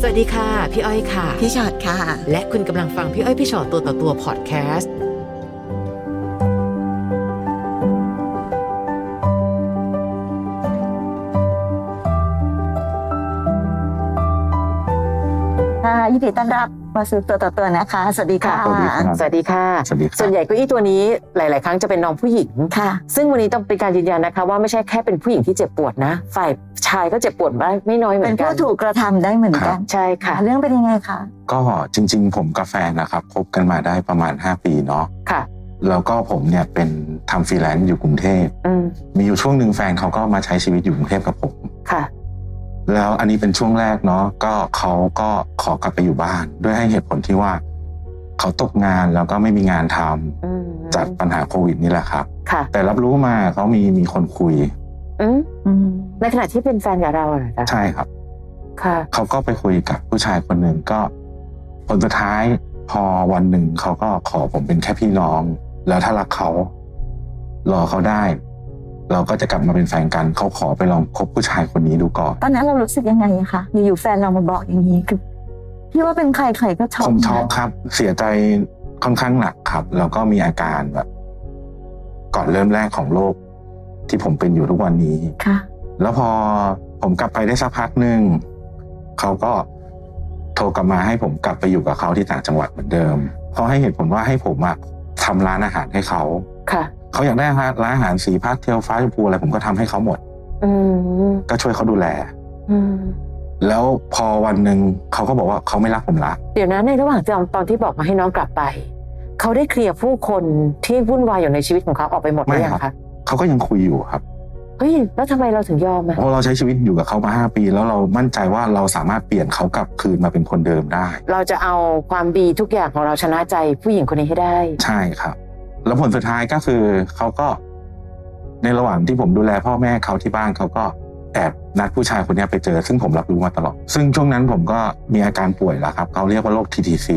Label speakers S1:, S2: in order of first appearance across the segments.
S1: สวัสดีค่ะ พี่อ้อยค่ะ
S2: พี่ชอดค่ะ
S1: และคุณกำลังฟังพี่อ้อยพี่ชอตตัวต่อตัวพอดแคสต์
S2: ค่ะยินดีต้อนรับมาสู่ตัวต่อตัวนะคะ สวัสดีค่ะ
S3: สวัสดีครับ
S1: สวัสดีค่ะ
S3: สวัสดีค
S1: ส่
S3: รั
S1: ว
S3: บ
S1: นใหญ่เก้าอี้ตัวนี้หลาย ๆ ครั้งจะเป็นน้องผู้หญิง
S2: ค่ะ
S1: ซึ่งวันนี้ต้องเป็นการยืนยันนะคะ ว่าไม่ใช่แค่เป็นผู้หญิงที่เจ็บปวดนะ ฝ่ายชายก็เจ็บปวดบ้างไม่น้อยเหมื
S2: เป็
S1: อนนกั
S2: ผู้
S1: น
S2: ถูกกระทำได้เหมือนกัน
S1: ใช่ค่ะ
S2: เรื่องเป็นยังไงคะ
S3: ก็จริง ๆ ผมกับแฟนนะครับคบกันมาได้ประมาณ 5 ปีเนาะ
S1: ค่ะ
S3: แล้วก็ผมเนี่ยเป็นทำฟรีแลนซ์อยู่กรุงเทพ
S1: อืม
S3: มีอยู่ช่วงหนึ่งแฟนเขาก็มาใช้ชีวิตอยู่กรุงเทพกับผม
S1: ค่ะ
S3: แล้วอันนี้เป็นช่วงแรกเนาะก็เขาก็ขอกลับไปอยู่บ้าน ด้วยให้เหตุผลที่ว่า เขาตกงานแล้วก็ไม่มีงานทำ
S1: อืม
S3: จากปัญหาโควิดนี่แหละครับ
S1: ค่ะ
S3: แต่รับรู้มาเขามีมีคนคุย
S1: อืม
S2: อืม
S1: ในขณะที่เป็นแฟนกับเราเหรอคะ
S3: ใช่ครับ
S1: ค่ะ
S3: เขาก็ไปคุยกับผู้ชายคนหนึ่งก็ผลสุดท้ายพอวันหนึ่งเขาก็ขอผมเป็นแค่พี่น้อง แล้วถ้ารักเขารอเขาได้ เราก็จะกลับมาเป็นแฟนกัน เขาขอไปลองคบผู้ชายคนนี้ดูก่อน
S2: ตอนนั้นเรารู้สึกยังไงอะคะอยู่ๆแฟนเรามาบอกอย่างนี้คือพี่ว่าเป็นใครใครก็ชอบ
S3: ผมช็อก
S2: นะ
S3: ครับ เสียใจค่อนข้างหนักครับ แล้วก็มีอาการแบบ ก่อนเริ่มแรกของโรคที่ผมเป็นอยู่ทุกวันนี้
S2: ค่ะ
S3: แล้วพอผมกลับไปได้สักพักหนึ่งเขาก็โทรกลับมาให้ผมกลับไปอยู่กับเขาที่ต่างจังหวัดเหมือนเดิมเขาให้เหตุผลว่าให้ผมอะทำร้านอาหารให้เขา
S1: ค่ะ
S3: เขาอยากได้ร้านอาหารสีพาสเทลฟ้าชมพูอะไรผมก็ทำให้เขาหมด
S1: อืม
S3: ก็ช่วยเขาดูแล
S1: อืม
S3: แล้วพอวันหนึ่งเขาก็บอกว่าเขาไม่รักผมละ
S1: เดี๋ยวนะในระหว่างที่ตอนที่บอกมาให้น้องกลับไป เขาได้เคลียร์ผู้คนที่วุ่นวายอยู่ในชีวิตของเขาออกไปหมดหรือยังคะ
S3: เขาก็ยังคุยอยู่ครับ
S1: เฮ้ยแล้วทำไมเราถึงยอมอะ
S3: เพราะเราใช้ชีวิตอยู่กับเขามาห้าปี แล้วเรามั่นใจว่าเราสามารถเปลี่ยนเขากลับคืนมาเป็นคนเดิมได้
S1: เราจะเอาความดีทุกอย่างของเราชนะใจผู้หญิงคนนี้ให้ได้
S3: ใช่ครับ แล้วผลสุดท้ายก็คือเขาก็ ในระหว่างที่ผมดูแลพ่อแม่เขาที่บ้านเขาก็แอบนัดผู้ชายคนเนี้ยไปเจอ ซึ่งผมรับรู้มาตลอด ซึ่งช่วงนั้นผมก็มีอาการป่วยแล้วครับเขาเรียกว่าโรค TTC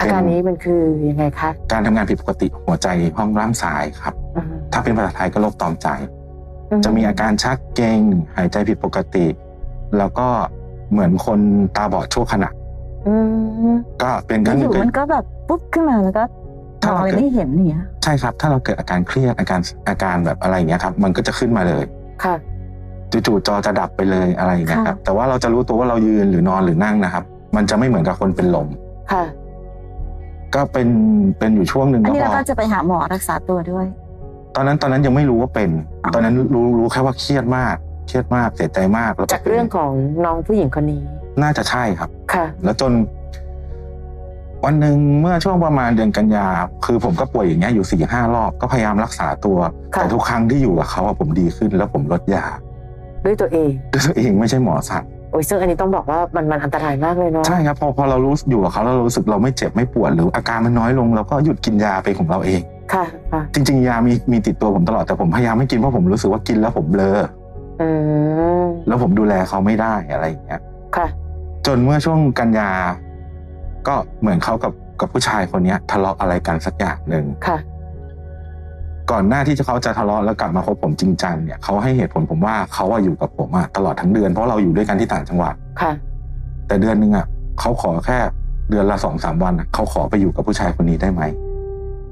S1: อาการนี้มันคือยังไงคะ
S3: การทำงานผิดปกติหัวใจห้องร่างซ้ายครับ
S1: อืม
S3: ถ้าเป็นภาษาไทยก็โรคตอมใจ จะมีอาการชักเกร็งหายใจผิดปกติ แล้วก็เหมือนคนตาบอดชั่วขณะ
S1: อืม
S3: ก็เป็นครั้ง
S2: อ
S3: หนึ่ง
S2: ยู่ๆ
S3: เกิด
S2: มันก็แบบปุ๊บขึ้นมาแล้วก็ม
S3: ถ้า
S2: อง
S3: เรา
S2: อะไร
S3: เกิด
S2: ไม่เห็นอย่างเนี่ย
S3: ใช่ครับ ถ้าเราเกิดอาการเครียดอาการอาการแบบอะไรอย่างเงี้ยครับ มันก็จะขึ้นมาเลย
S1: ค่ะ
S3: จู่ๆจอจะดับไปเลยอะไรอย่างเงี้ยครับแต่ว่าเราจะรู้ตัวว่าเรายืนหรือนอนหรือนั่งนะครับ มันจะไม่เหมือนกับคนเป็นลม
S1: ค่ะ
S3: ก็เป็นเป็นอยู่ช่วงหนึ่ง
S2: อัน
S3: แล้ว
S2: นี้เรา
S3: พ
S2: ก็
S3: อ
S2: จะไปหาหมอรักษาตัวด้วย
S3: ตอนนั้นตอนนั้นยังไม่รู้ว่าเป็น
S2: อ๋อ
S3: ตอนนั้นรู้รู้แค่ว่าเครียดมากเครียดมากเสียใจมากแล้ว
S1: จากเรื่องของน้องผู้หญิงคนนี้
S3: น่าจะใช่ครับ
S1: ค่ะ
S3: แล้วจน วันหนึ่งเมื่อช่วงประมาณเดือนกันยาคือผมก็ป่วยอย่างเงี้ยอยู่สี่ห้ารอบก็พยายามรักษาตัว
S1: ค่ะ
S3: แต่ทุกครั้งที่อยู่กับเขาอะผมดีขึ้น แล้วผมลดยา
S1: ด้วยตัวเอง
S3: ด้วยตัวเองไม่ใช่หมอสั่ง
S1: โอ้ยซึ่งอันนี้ต้องบอกว่ามันมันอันตรายมากเลยเนาะ
S3: ใช่ครับพอพอเรารู้อยู่กับเขาแล้วเรารู้สึกเราไม่เจ็บไม่ปวดหรืออาการมันน้อยลงเราก็หยุดกินยาไปของเราเอง
S1: ค่ะ ค่ะ
S3: จริง ๆ ยามีมีติดตัวผมตลอดแต่ผมพยายามไม่กินเพราะผมรู้สึกว่ากินแล้วผมเบลอ
S1: อืม
S3: แล้วผมดูแลเขาไม่ได้อะไรอย่างเงี้ย
S1: ค่ะ
S3: จนเมื่อช่วงกันยา ก็เหมือนเขากับกับผู้ชายคนเนี้ย ทะเลาะอะไรกันสักอย่างหนึ่ง
S1: ค่ะ
S3: ก่อนหน้าที่เขาจะทะเลาะแล้วกลับมาคบผมจริงจังเนี่ยเขาให้เหตุผลผมว่าเขาอะอยู่กับผมอะตลอดทั้งเดือนเพราะเราอยู่ด้วยกันที่ต่างจังหวัด
S1: ค่ะ
S3: แต่เดือนหนึ่งอะเขาขอแค่เดือนละสองสามวันอะเขาขอไปอยู่กับผู้ชายคนนี้ได้ไหม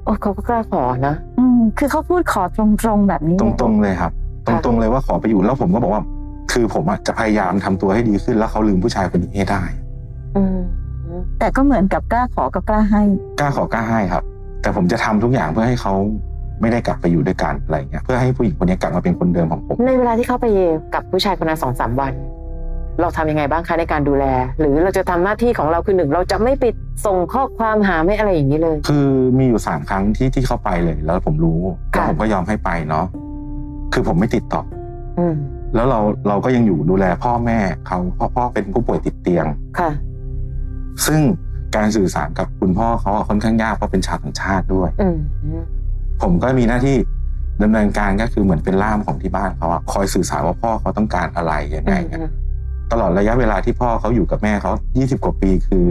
S1: โอ้ยเขาก็กล้าขอนะ
S2: อืมคือเขาพูดขอตรงๆแบบนี้
S3: ต
S2: เลย
S3: รงๆเลยครับ ต
S1: ค่ะ
S3: รงๆเลยว่าขอไปอยู่แล้วผมก็บอกว่า คือผมอะจะพยายามทำตัวให้ดีขึ้นแล้วเขาลืมผู้ชายคนนี้ให้ได้
S1: อืม
S2: แต่ก็เหมือนกับกล้าขอก็กล้าให้
S3: กล้าขอกล้าให้ครับ แต่ผมจะทำทุกอย่างเพื่อให้เขาไม่ได้กลับไปอยู่ด้วยกันอะไรเงี้ยเพื่อให้ผู้หญิงคนนี้กลับมาเป็นคนเดิมของผม
S1: ในเวลาที่เข้าไปกับผู้ชายคนนั้นสองสามวัน เราทำยังไงบ้างคะในการดูแล หรือเราจะทำหน้าที่ของเราคือหนึ่งเราจะไม่ไปส่งข้อความหาไม่อะไรอย่างนี้เลย
S3: คือมีอยู่สามครั้งที่ที่เข้าไปเลย แล้วผมรู้
S1: ค่ะ
S3: แล้วผมก็ยอมให้ไปเนาะคือผมไม่ติดต่อ
S1: อืม
S3: แล้วเราเราก็ยังอยู่ดูแลพ่อแม่เขาเพ่อพ่อเป็นผู้ป่วยติดเตียง
S1: ค่ะ
S3: ซึ่งการสื่อสารกับคุณพ่อเขาอะค่อนข้างยากเพราะเป็นชาวต่างชาติด้วย
S1: อืม
S3: ผมก็มีหน้าที่ดำเนินการก็คือเหมือนเป็นล่ามของที่บ้านเขาอะคอยสื่อสารว่าพ่อเขาต้องการอะไรยังไงอะตลอดระยะเวลาที่พ่อเขาอยู่กับแม่เขา 20 กว่าปีคือ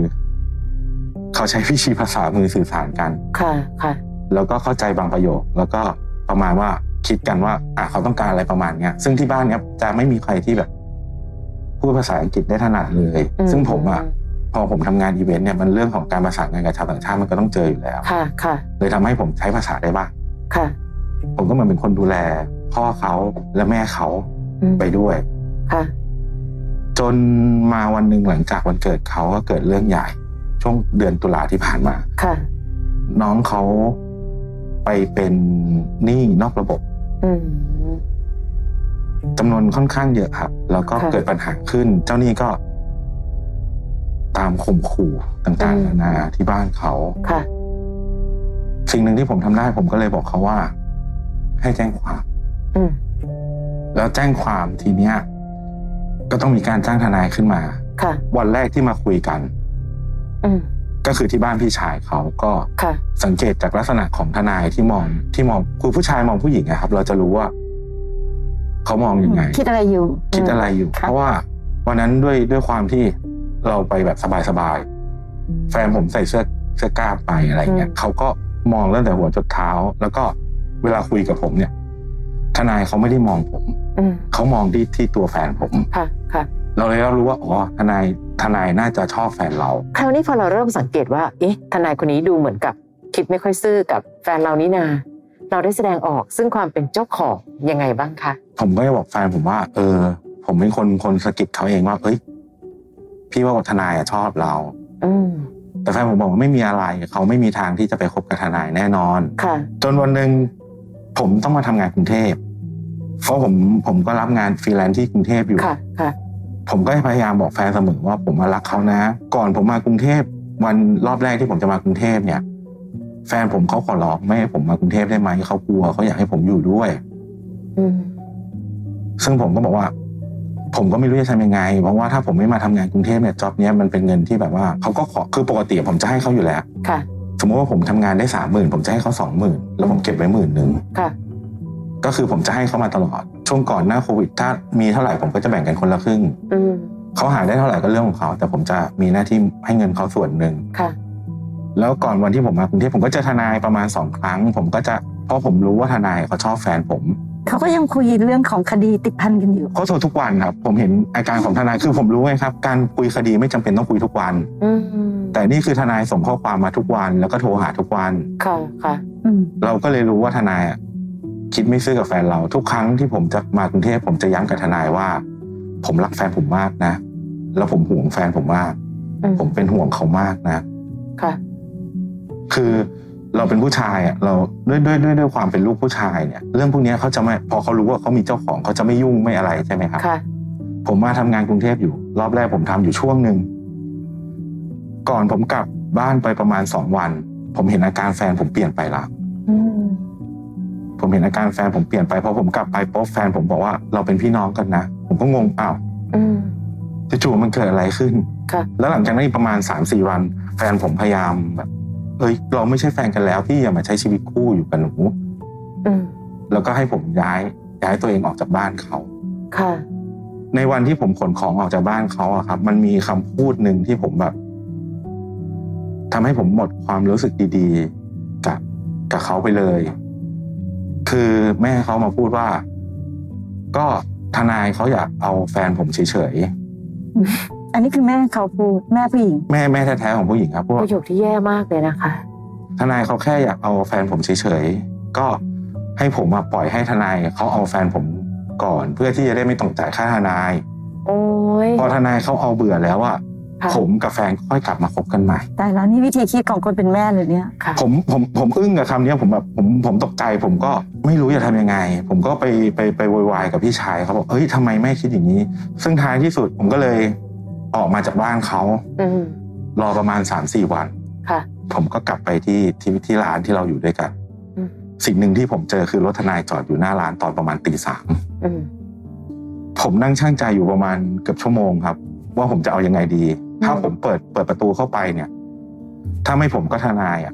S3: เขาใช้วิธีภาษามือสื่อสารกัน
S1: ค่ะค่ะ
S3: แล้วก็เข้าใจบางประโยค แล้วก็ประมาณว่าคิดกันว่า อ่ะเขาต้องการอะไรประมาณเนี้ยซึ่งที่บ้านเนี้ยจะไม่มีใครที่แบบ พูดภาษาอังกฤษได้ถนัดเลย
S1: อืม
S3: ซึ่งผมอ่ะพอผมทำงานอีเวนต์เนี่ยมันเรื่องของการประสานงานกับชาวต่างชาติมันก็ต้องเจออยู่แล้ว
S1: ค่ะ ค่ะ
S3: เลยทำให้ผมใช้ภาษาได้บ้าง
S1: ค่ะ
S3: ผมก็เหมือนเป็นคนดูแล พ่อเขาและแม่เขา
S1: อืม
S3: ไปด้วย
S1: ค่ะ
S3: จนมาวันหนึ่งหลังจากวันเกิดเขาก็เกิดเรื่องใหญ่ ช่วงเดือนตุลาที่ผ่านมา
S1: ค่ะ
S3: น้องเขาไปเป็นหนี้นอกระบบ
S1: อืม
S3: จำนวนค่อนข้างเยอะครับ แล้วก็
S1: ค่ะ
S3: เกิดปัญหาขึ้น เจ้าหนี้ก็ ตามข่มขู่ต่าง
S1: อื
S3: ๆ
S1: ม
S3: นานาที่บ้านเขา
S1: ค่ะ
S3: สิ่งหนึ่งที่ผมทำได้ ผมก็เลยบอกเขาว่า ให้แจ้งความ
S1: อืม
S3: แล้วแจ้งความทีเนี้ย ก็ต้องมีการจ้างทนายขึ้นมา
S1: ค่ะ
S3: วันแรกที่มาคุยกัน
S1: อืม
S3: ก็คือที่บ้านพี่ชายเขาก็
S1: ค่ะ
S3: สังเกตจากลักษณะของทนายที่มองที่มองคือผู้ชายมองผู้หญิงอะครับ เราจะรู้ว่า เขามองยังไง
S2: คิดอะไรอยู่
S3: คิดอะไรอยู่
S2: ค่ะ
S3: เพราะว่าวันนั้นด้วยด้วยความที่เราไปแบบสบายๆแฟนผมใส่เสื้อเสื้อกล้ามไปอะไรเงี้ย
S1: อืม
S3: เขาก็มองตั้งแต่หัวจนเท้า แล้วก็เวลาคุยกับผมเนี่ย ทนายเขาไม่ได้มองผม
S1: อืม
S3: เขามองที่ที่ตัวแฟนผม
S1: ค่ะ ค่ะ
S3: เราเลยรับรู้ว่าอ๋อทนายทนายน่าจะชอบแฟนเรา
S1: คราวนี้พอเราเริ่มสังเกตว่า เอ๊ะ ทนายคนนี้ดูเหมือนกับคิดไม่ค่อยซื่อกับแฟนเรานี่นา เราได้แสดงออกซึ่งความเป็นเจ้าของยังไงบ้างคะ
S3: ผมก็จะบอกแฟนผมว่า เออ ผมเป็นคนคนสะกิดเขาเองว่าเอ้ยพี่ว่าทนายอะชอบเรา
S1: อืม
S3: แต่แฟนผมบอกว่าไม่มีอะไร เขาไม่มีทางที่จะไปคบกับทนายแน่นอน
S1: ค่ะ
S3: จนวันหนึ่งผมต้องมาทำงานกรุงเทพเพราะผมผมก็รับงานฟรีแลนซ์ที่กรุงเทพอยู่
S1: ค่ะ ค่ะ
S3: ผมก็พยายามบอกแฟนเสมอว่าผมมารักเขานะ ก่อนผมมากรุงเทพวันรอบแรกที่ผมจะมากรุงเทพเนี่ย แฟนผมเขาขอร้องไม่ให้ผมมากรุงเทพได้ไหมเขากลัวเขาอยากให้ผมอยู่ด้วย
S1: อืม
S3: ซึ่งผมก็บอกว่า ผมก็ไม่รู้จะทำยังไงเพราะว่าถ้าผมไม่มาทำงานกรุงเทพเนี่ยจ็อบเนี้ยมันเป็นเงินที่แบบว่าเขาก็ขอคือปกติผมจะให้เขาอยู่แล้ว
S1: ค่ะ
S3: สมมติว่าผมทำงานได้สามหมื่นผมจะให้เขาสองหมื่นแล้วผมเก็บไว้หมื่นหนึ่ง
S1: ค่ะ
S3: ก็คือผมจะให้เขามาตลอด ช่วงก่อนหน้าโควิดถ้ามีเท่าไหร่ผมก็จะแบ่งกันคนละครึ่ง
S1: อืม
S3: เขาหาได้เท่าไหร่ก็เรื่องของเขา แต่ผมจะมีหน้าที่ให้เงินเขาส่วนหนึ่ง
S1: ค่ะ
S3: แล้วก่อนวันที่ผมมากรุงเทพผมก็เจะทนายประมาณสองครั้ง ผมก็จะเพราะผมรู้ว่าทนายเขาชอบแฟนผม
S2: เขาก็ยังคุยเรื่องของคดีติดพันกันอยู่
S3: เขาโทรทุกวันครับ ผมเห็นอาการของทนายคือผมรู้ไงครับการคุยคดีไม่จำเป็นต้องคุยทุกวัน
S1: อืม
S3: แต่นี่คือทนายส่งข้อความมาทุกวัน แล้วก็โทรหาทุกวัน
S1: ค่ะ ค่ะ
S2: อืม
S3: เราก็เลยรู้ว่าทนายอะคิดไม่ซื่อกับแฟนเรา ทุกครั้งที่ผมจะมากรุงเทพผมจะย้ำกับทนายว่า ผมรักแฟนผมมากนะ แล้วผมห่วงแฟนผมมาก
S1: อืม
S3: ผมเป็นห่วงเขามากนะ
S1: ค่ะ
S3: คือเราเป็นผู้ชายอ่ะเราด้วยด้วยด้วยด้วยความเป็นลูกผู้ชายเนี่ย เรื่องพวกเนี้ยเขาจะไม่พอเขารู้ว่าเขามีเจ้าของเขาจะไม่ยุ่งไม่อะไรใช่ไหมครับ
S1: ค่ะ
S3: ผมมาทำงานกรุงเทพอยู่ รอบแรกผมทำอยู่ช่วงหนึ่งก่อนผมกลับบ้านไปประมาณสองวัน ผมเห็นอาการแฟนผมเปลี่ยนไปละ
S2: อืม
S3: ผมเห็นอาการแฟนผมเปลี่ยนไปพอผมกลับไปปุ๊บแฟนผมบอกว่าเราเป็นพี่น้องกันนะผมก็งงอ้าว
S1: อืม
S3: จู่ๆมันเกิดอะไรขึ้น
S1: ค่ะ
S3: แล้วหลังจากนั้นอีกประมาณสามสี่วัน แฟนผมพยายามแบบเอ้ยเราไม่ใช่แฟนกันแล้วพี่อย่ามาใช้ชีวิตคู่อยู่กับหนู
S1: อืม
S3: แล้วก็ให้ผมย้ายย้ายตัวเองออกจากบ้านเขา
S1: ค่ะ
S3: ในวันที่ผมขนของออกจากบ้านเขาอะครับ มันมีคำพูดหนึ่งที่ผมแบบทำให้ผมหมดความรู้สึกดีๆ กับกับเขาไปเลย คือแม่เขามาพูดว่า ก็ทนายเขาอยากเอาแฟนผมเฉย
S2: อันนี้คือแม่เขาพูดแม่ผู้หญิง
S3: ๆแม่แม่แท้ๆของผู้หญิงครับพูด
S1: ป
S3: ว่า
S1: ระโยคที่แย่มากเลยนะคะ
S3: ทนายเขาแค่อยากเอาแฟนผมเฉยๆก็ให้ผมมาปล่อยให้ทนายเขาเอาแฟนผมก่อน เพื่อที่จะได้ไม่ต้องจ่ายค่าทนาย
S1: โอ้ย
S3: พอทนายเขาเอาเบื่อแล้วอะ
S1: ค่ะ
S3: ผมกับแฟนค่อยกลับมาคบกันใหม่
S2: แต่แล้วนี่วิธีคิดของคนเป็นแม่เลยเนี่ย
S1: ค่ะ
S3: ผมผมผมอึ้งกับคำเนี้ยผมแบบผมผมตกใจ ผมก็ไม่รู้จะทำยังไง ผมก็ไปไปไปโวยวายกับพี่ชายเขาบอกเอ้ยทำไมแม่คิดอย่างนี้ ซึ่งท้ายที่สุดผมก็เลยออกมาจากบ้านเขา
S1: อืม
S3: รอประมาณ3าสี่วัน
S1: ค่ะ
S3: ผมก็กลับไปที่ที่ที่ร้านที่เราอยู่ด้วยกัน
S1: อืม
S3: สิ่งหนึ่งที่ผมเจอคือรถทนายจอดอยู่หน้าร้านตอนประมาณตีสาม
S1: อืม
S3: ผมนั่งช่างใจอยู่ประมาณเกือบชั่วโมงครับ ว่าผมจะเอายังไงดี ถ้าผมเปิดเปิดประตูเข้าไปเนี่ย ถ้าไม่ผมก็ทนายอ่ะ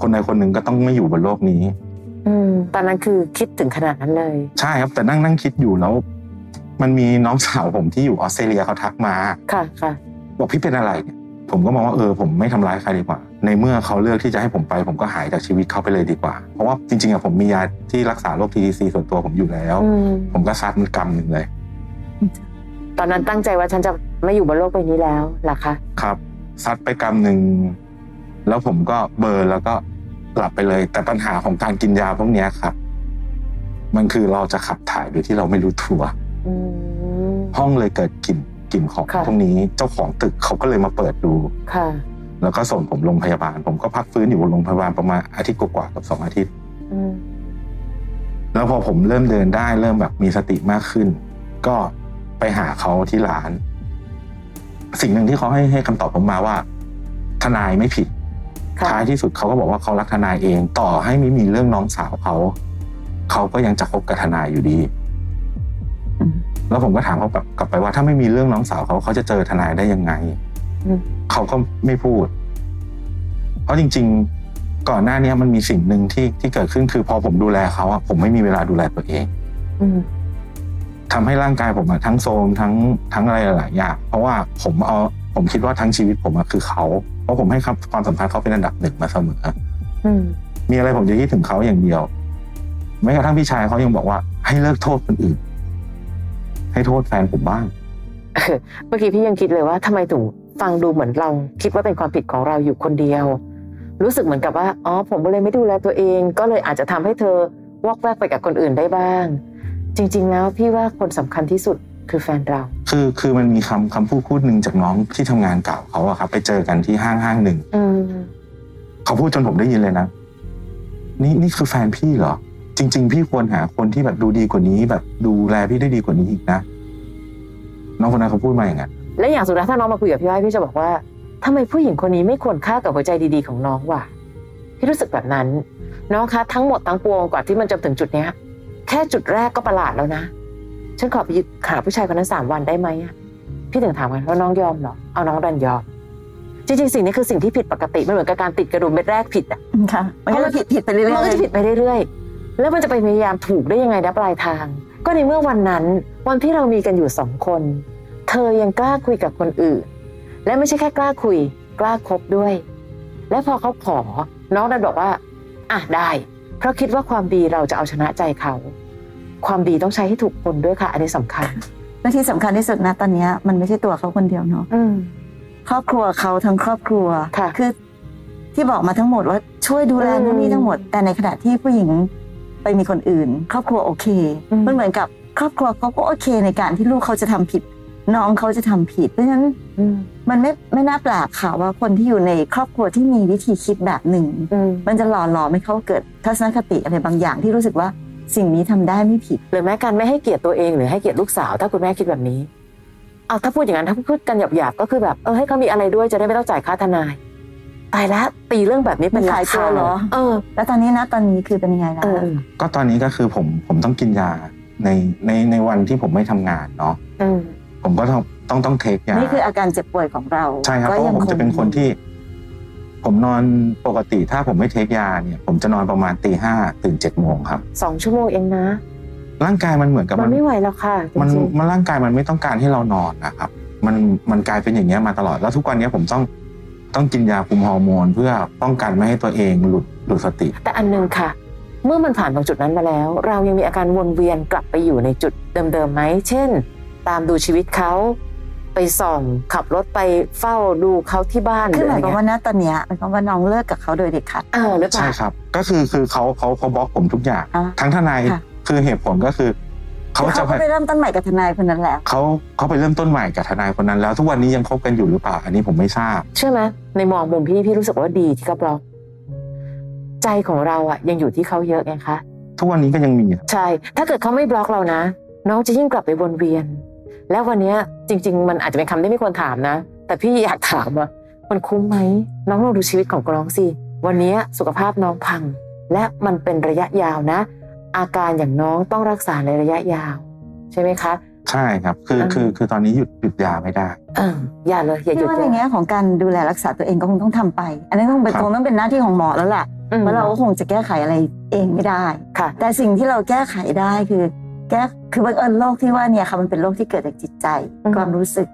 S3: คนใดคนหนึ่งก็ต้องไม่อยู่บนโลกนี้
S1: อืม ตอนนั้นคือคิดถึงขนาดนั้นเลย
S3: ใช่ครับแต่นั่งนั่งคิดอยู่แล้ว มันมีน้องสาวผมที่อยู่ออสเตรเลียเขาทักมา
S1: ค่ะ ค่ะ
S3: บอกพี่เป็นอะไรเนี่ยผมก็มองว่าเออผมไม่ทำร้ายใครดีกว่า ในเมื่อเขาเลือกที่จะให้ผมไปผมก็หายจากชีวิตเขาไปเลยดีกว่า เพราะว่าจริงๆอะผมมียาที่รักษาโรค TDC ส่วนตัวผมอยู่แล้ว
S1: อืม
S3: ผมก็ซัดมันกำหนึ่งเลย
S1: ตอนนั้นตั้งใจว่าฉันจะไม่อยู่บนโลกใบนี้แล้วล่ะคะ
S3: ครับซัดไปกำหนึ่งแล้วผมก็เบลอร์แล้วก็หลับไปเลย แต่ปัญหาของการกินยาพวกเนี้ยครับ มันคือเราจะขับถ่ายโดยที่เราไม่รู้ตัว
S1: อืม
S3: ห้องเลยเกิดกลิ่นกลิ่นของ
S1: ค่ะ
S3: พวกนี้เจ้าของตึกเขาก็เลยมาเปิดดู
S1: ค่ะ
S3: แล้วก็ส่งผมโรงพยาบาล ผมก็พักฟื้นอยู่บนโรงพยาบาลประมาณอาทิตย์กว่าๆกับสองอาทิตย์
S1: อืม
S3: แล้วพอผมเริ่มเดินได้เริ่มแบบมีสติมากขึ้น ก็ไปหาเขาที่ร้าน สิ่งหนึ่งที่เขาให้ให้คำตอบผมมาว่า ทนายไม่ผิด
S1: ค่ะ
S3: ท้ายที่สุดเขาก็บอกว่าเขารักทนายเอง ต่อให้ไม่มีเรื่องน้องสาวเขา เขาก็ยังจะคบกับทนายอยู่ดี
S2: อืม
S3: แล้วผมก็ถามเขาแบบกลับไปว่าถ้าไม่มีเรื่องน้องสาวเขาเขาจะเจอทนายได้ยังไง
S1: อืม
S3: เขาก็ไม่พูด เพราะจริง ๆ ก่อนหน้าเนี้ยมันมีสิ่งหนึ่งที่ที่เกิดขึ้นคือ พอผมดูแลเขาอะผมไม่มีเวลาดูแลตัวเอง
S1: อืม
S3: ทำให้ร่างกายผมอะทั้งโทรมทั้งทั้งอะไรหลายๆอย่างเพราะว่าผมเอาผมคิดว่าทั้งชีวิตผมอะคือเขา เพราะผมให้ครับความสำคัญเขาเป็นอันดับหนึ่งมาเสมอ
S1: อืม
S3: มีอะไรผมจะคิดถึงเขาอย่างเดียวแม้กระทั่งพี่ชายเขายังบอกว่า ให้เลิกโทษคนอื่น ให้โทษแฟนผมบ้าง
S1: เมื่อกี้พี่ยังคิดเลยว่าทำไมถึงฟังดูเหมือนเราคิดว่าเป็นความผิดของเราอยู่คนเดียว รู้สึกเหมือนกับว่าอ๋อผมก็เลยไม่ดูแลตัวเอง ก็เลยอาจจะทำให้เธอวอกแวกไปกับคนอื่นได้บ้าง จริง ๆ แล้วพี่ว่าคนสำคัญที่สุดคือแฟนเรา
S3: คือคือมันมีคำคำพูดพูดหนึ่งจากน้องที่ทำงานเก่าเขาอะครับ ไปเจอกันที่ห้างห้างหนึ่ง
S1: อืม
S3: เขาพูดจนผมได้ยินเลยนะนี่นี่คือแฟนพี่เหรอ จริง ๆ พี่ควรหาคนที่แบบดูดีกว่านี้ แบบดูแลพี่ได้ดีกว่านี้อีกนะน้องคนนั้นเขาพูดมาอย่างนั้น
S1: และอย่างสุดท้ายถ้าน้องมาคุยกับพี่อ้อยพี่จะบอกว่าทำไมผู้หญิงคนนี้ไม่ควรค่ากับหัวใจดีๆของน้องวะพี่รู้สึกแบบนั้น น้องคะทั้งหมดทั้งปวงกว่าที่มันจะถึงจุดเนี้ย แค่จุดแรกก็ประหลาดแล้วนะ ฉันขอไปยึดขาผู้ชายคนนั้นสามวันได้ไหมอะพี่ถึงถามกันว่าน้องยอมเหรอเอาน้องดันยอม จริงๆ สิ่งนี้คือสิ่งที่ผิดปกติมันเหมือนกับการติดกระดุมเม็ดแรกผิดอะ
S2: ค่ะมันก็จะผิดผิดไปเรื่อยๆ
S1: มันก็จะผิดไปเรื่อยๆ แล้วมันจะไปพยายามถูกได้ยังไงนะปลายทาง ก็ในเมื่อวันนั้น วันที่เรามีกันอยู่สองคน เธอยังกล้าคุยกับคนอื่น และไม่ใช่แค่กล้าคุย กล้าคบด้วย และพอเขาขอ น้องดันบอกว่า อ่ะได้ เพราะคิดว่าความดีเราจะเอาชนะใจเขา ความดีต้องใช้ให้ถูกคนด้วยค่ะ อันนี้สำคัญ
S2: และที่สำคัญที่สุดนะตอนเนี้ยมันไม่ใช่ตัวเขาคนเดียวเนาะ
S1: อืม
S2: ครอบครัวเขาทั้งครอบครัว
S1: ค่ะ
S2: อที่บอกมาทั้งหมดว่าช่วยดูแล
S1: อืม
S2: นู่นนี่ทั้งหมด แต่ในขณะที่ผู้หญิงไปมีคนอื่น ครอบครัวโอเค
S1: อืม
S2: มันเหมือนกับครอบครัวเขาก็โอเค ในการที่ลูกเขาจะทำผิด น้องเขาจะทำผิด เพราะฉะนั้น
S1: อืม
S2: มันไม่ไม่น่าแปลกค่ะว่าคนที่อยู่ในครอบครัวที่มีวิธีคิดแบบหนึ่ง
S1: อืม
S2: มันจะหล่อหลอมให้เขาเกิดทัศนคติอะไรบางอย่างที่รู้สึกว่าสิ่งนี้ทำได้ไม่ผิด
S1: หรือแม้การไม่ให้เกียรติตัวเองหรือให้เกียรติลูกสาว ถ้าคุณแม่คิดแบบนี้ เอาถ้าพูดอย่างนั้นถ้าพูดกันหยาบๆก็คือแบบเออให้เขามีอะไรด้วยจะได้ไม่ต้องจ่ายค่าทนายตายแล้วตีเรื่องแบบนี้เป็น
S2: มันขายตัวเหรอ
S1: เออ
S2: แล้วตอนนี้นะตอนนี้คือเป็นยังไงล่ะ
S1: เออ
S3: ก็ตอนนี้ก็คือผมผมต้องกินยาในในในวันที่ผมไม่ทำงานเนาะ
S1: เออ
S3: ผมก็ต้องต้องต้องเทคยา
S2: นี่คืออาการเจ็บป่วยของเรา
S3: ใช่ครับ
S2: ก็
S3: เพราะ
S2: ยั
S3: ว่าผม
S2: งคง
S3: จะเป็นคนที่ ผมนอนปกติถ้าผมไม่เทคยาเนี่ย ผมจะนอนประมาณตีห้าตื่นเจ็ดโมงครับ
S1: สองชั่วโมงเองนะ
S3: ร่างกายมันเหมือนกับ
S1: มันไม่ไหวแล้วค่ะจ
S3: มัน
S1: ริง
S3: มันร่างกายมันไม่ต้องการให้เรานอนนะครับ มันมันกลายเป็นอย่างเงี้ยมาตลอดแล้วทุกวันเนี้ยผมต้องต้องกินยาคุมฮอร์โมน เพื่อป้องกันไม่ให้ตัวเองหลุดหลุดสติ
S1: ๆแต่อันหนึงค่ะ เมื่อมันผ่านตรงจุดนั้นมาแล้ว เรายังมีอาการวนเวียนกลับไปอยู่ในจุดเดิมๆไหมเช่น ตามดูชีวิตเขาไปส่องขับรถไปเฝ้าดูเขาที่บ้าน
S2: คือหมาย
S1: ห
S2: ค
S1: รืออะ
S2: วาม
S1: ไร
S2: ว่าณตอนเนี้ยหมายความว่าน้องเลิกกับเขาโดยเด็ดขาด
S1: เออหรือเป
S3: ใช่
S1: ล่า
S3: ครับ ก็คือคือเขาเขาเขาบล็อกผมทุกอย่าง
S2: อ่า
S3: ทั้งทนาย
S2: ค่ะ
S3: คือเหตุผลก็คือเขาจะ
S2: เขาก็ไปเริ่มต้นใหม่กับทนายคนนั้นแล้ว
S3: เขาเขาไปเริ่มต้นใหม่กับทนายคนนั้น แล้วทุกวันนี้ยังคบกันอยู่หรือเปล่า อันนี้ผมไม่ทราบ
S1: เชื่อไหมในมองมุมพี่พี่รู้สึกว่าดีที่เขาบล็อกใจของเราอะยังอยู่ที่เขาเยอะไงคะ
S3: ทุกวันนี้ก็ยังมี
S1: ใช่ ถ้าเกิดเขาไม่บล็อกเรานะ น้องจะยิ่งกลับไปวนเวียน แล้ววันเนี้ยจริง ๆ มันอาจจะเป็นคำที่ไม่ควรถามนะ แต่พี่อยากถามว่ามันคุ้มไหมน้องลองดูชีวิตของน้องสิวันเนี้ยสุขภาพน้องพัง และมันเป็นระยะยาวนะ อาการอย่างน้องต้องรักษาในระยะยาว ใช่ไหมคะ
S3: ใช่ครับ คือ
S1: อ่า
S3: คือคือตอนนี้หยุดหยุดยาไม่ได้
S1: เอออย่าเลยอย่าหยุ
S2: ที่
S1: ด
S2: ว่าในแง่ของการดูแลรักษาตัวเองก็คงต้องทำไป อันนั้นคงเป็น
S3: ครับ
S2: คงต้องเป็นหน้าที่ของหมอแล้วแหละ
S1: อืม
S2: เพราะเราก็คงจะแก้ไขอะไรเองไม่ได้
S1: ค่ะ
S2: แต่สิ่งที่เราแก้ไขได้คือ แก้คือบังเอิญโรคที่ว่าเนี่ยค่ะมันเป็นโรคที่เกิดจากจิตใจ
S1: อืม
S2: ความรู้สึก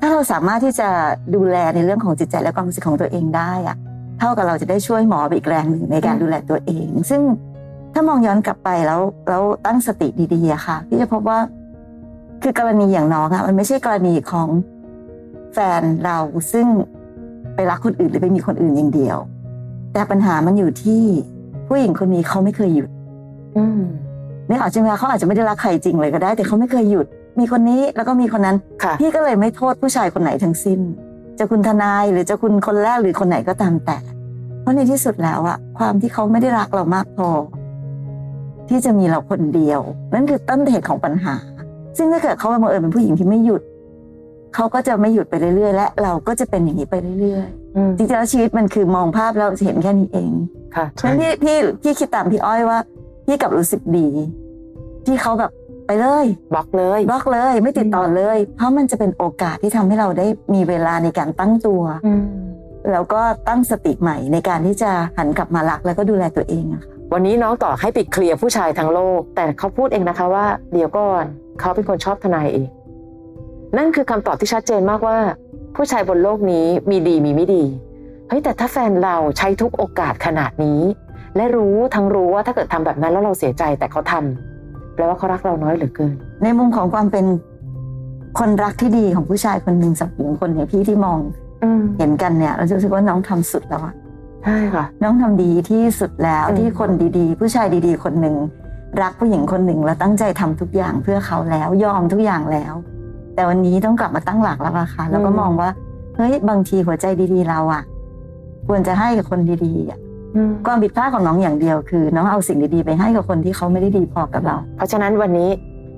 S2: ถ้าเราสามารถที่จะดูแลในเรื่องของจิตใจและความรู้สึกของตัวเองได้อะเท่ากับเราจะได้ช่วยหมอไปอีกแรงหนึ่งในการดูแลตัวเอง ซึ่งถ้ามองย้อนกลับไปแล้วแล้วตั้งสติดีๆอะค่ะที่จะพบว่า คือกรณีอย่างน้องอะมันไม่ใช่กรณีของแฟนเราซึ่งไปรักคนอื่นหรือไปมีคนอื่นอย่างเดียว แต่ปัญหามันอยู่ที่ผู้หญิงคนนี้เขาไม่เคยหยุด
S1: อืม
S2: นึกออกใช่ไหมคะเขาอาจจะไม่ได้รักใครจริงเลยก็ได้ แต่เขาไม่เคยหยุด มีคนนี้แล้วก็มีคนนั้น
S1: ค่ะ
S2: พี่ก็เลยไม่โทษผู้ชายคนไหนทั้งสิ้น จะคุณทนายหรือจะคุณคนแรกหรือคนไหนก็ตามแต่ เพราะในที่สุดแล้วอะความที่เขาไม่ได้รักเรามากพอที่จะมีเราคนเดียว นั่นคือต้นเหตุของปัญหา ซึ่งถ้าเกิดเขาบังเอิญเป็นผู้หญิงที่ไม่หยุด เขาก็จะไม่หยุดไปเรื่อยๆ และเราก็จะเป็นอย่างนี้ไปเรื่อย
S1: อืม
S2: ๆจริงๆแล้วชีวิตมันคือมองภาพเราจะเห็นแค่นี้เอง
S1: ค่ะ
S3: ใช่
S2: นั้นพี่พี่พี่คิดตามพี่อ้อยว่า พี่กลับรู้สึกดีที่เขาแบบไปเลย
S1: บล็อกเลย
S2: บล็อกเลยไม่ติดต่อเลย เพราะมันจะเป็นโอกาสที่ทำให้เราได้มีเวลาในการตั้งตัว
S1: อืม
S2: แล้วก็ตั้งสติใหม่ในการที่จะหันกลับมารักแล้วก็ดูแลตัวเองอะค่ะ
S1: วันนี้น้องต่อให้ไปเคลียร์ผู้ชายทั้งโลก แต่เขาพูดเองนะคะว่า เดี๋ยวก่อนเขาเป็นคนชอบทนายเอง นั่นคือคำตอบที่ชัดเจนมากว่า ผู้ชายบนโลกนี้มีดีมีไม่ดีเฮ้ยแต่ถ้าแฟนเราใช้ทุกโอกาสขนาดนี้ และรู้ทั้งรู้ว่าถ้าเกิดทำแบบนั้นแล้วเราเสียใจแต่เขาทำแปลว่าเขารักเราน้อยเหลือเกิน
S2: ในมุมของความเป็นคนรักที่ดีของผู้ชายคนหนึ่งสำหรับหญิงคนอย่างพี่ที่มอง
S1: อืม
S2: เห็นกันเนี่ยเรารู้สึกว่าน้องทำสุดแล้วอะ
S1: ใช่ค่ะ
S2: น้องทำดีที่สุดแล้ว
S1: อืม
S2: ที่คนดีๆ ผู้ชายดีๆ คนหนึ่งรักผู้หญิงคนหนึ่งแล้วตั้งใจทำทุกอย่างเพื่อเขาแล้วยอมทุกอย่างแล้ว แต่วันนี้ต้องกลับมาตั้งหลักแล้วอะค่ะแล้วก็มองว่าเฮ้ยบางทีหัวใจดีๆ เราอะควรจะให้กับคนดีๆอะ
S1: อืม
S2: ความผิดพลาดของน้องอย่างเดียวคือ น้องเอาสิ่งดีๆ ไปให้กับคนที่เขาไม่ได้ดีพอกับเรา
S1: เพราะฉะนั้นวันนี้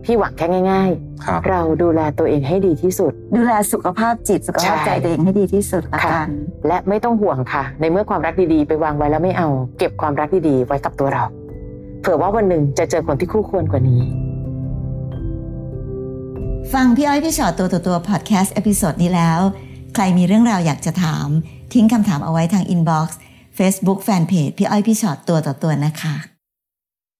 S1: พี่หวังแค่ง่าย
S3: ครับ
S1: ๆ เราดูแลตัวเองให้ดีที่สุด
S2: ดูแลสุขภาพจิตสุขภาพใจตัวเองให้ดีที่สุดละ
S1: ค่ะ
S2: กัน
S1: และไม่ต้องห่วงค่ะ ในเมื่อความรักดีๆ ไปวางไว้แล้วไม่เอา เก็บความรักดีๆ ไว้กับตัวเรา เผื่อว่าวันหนึ่งจะเจอคนที่คู่ควรกว่านี้
S2: ฟังพี่อ้อยพี่ชอตตัวต่อตัวพอดแคสต์เอพิโซดนี้แล้ว ใครมีเรื่องราวอยากจะถาม ทิ้งคำถามเอาไว้ทางอินบ็อกซ์เฟซบุ๊กแฟนเพจพี่อ้อยพี่ชอตตัวต่อตัวนะคะ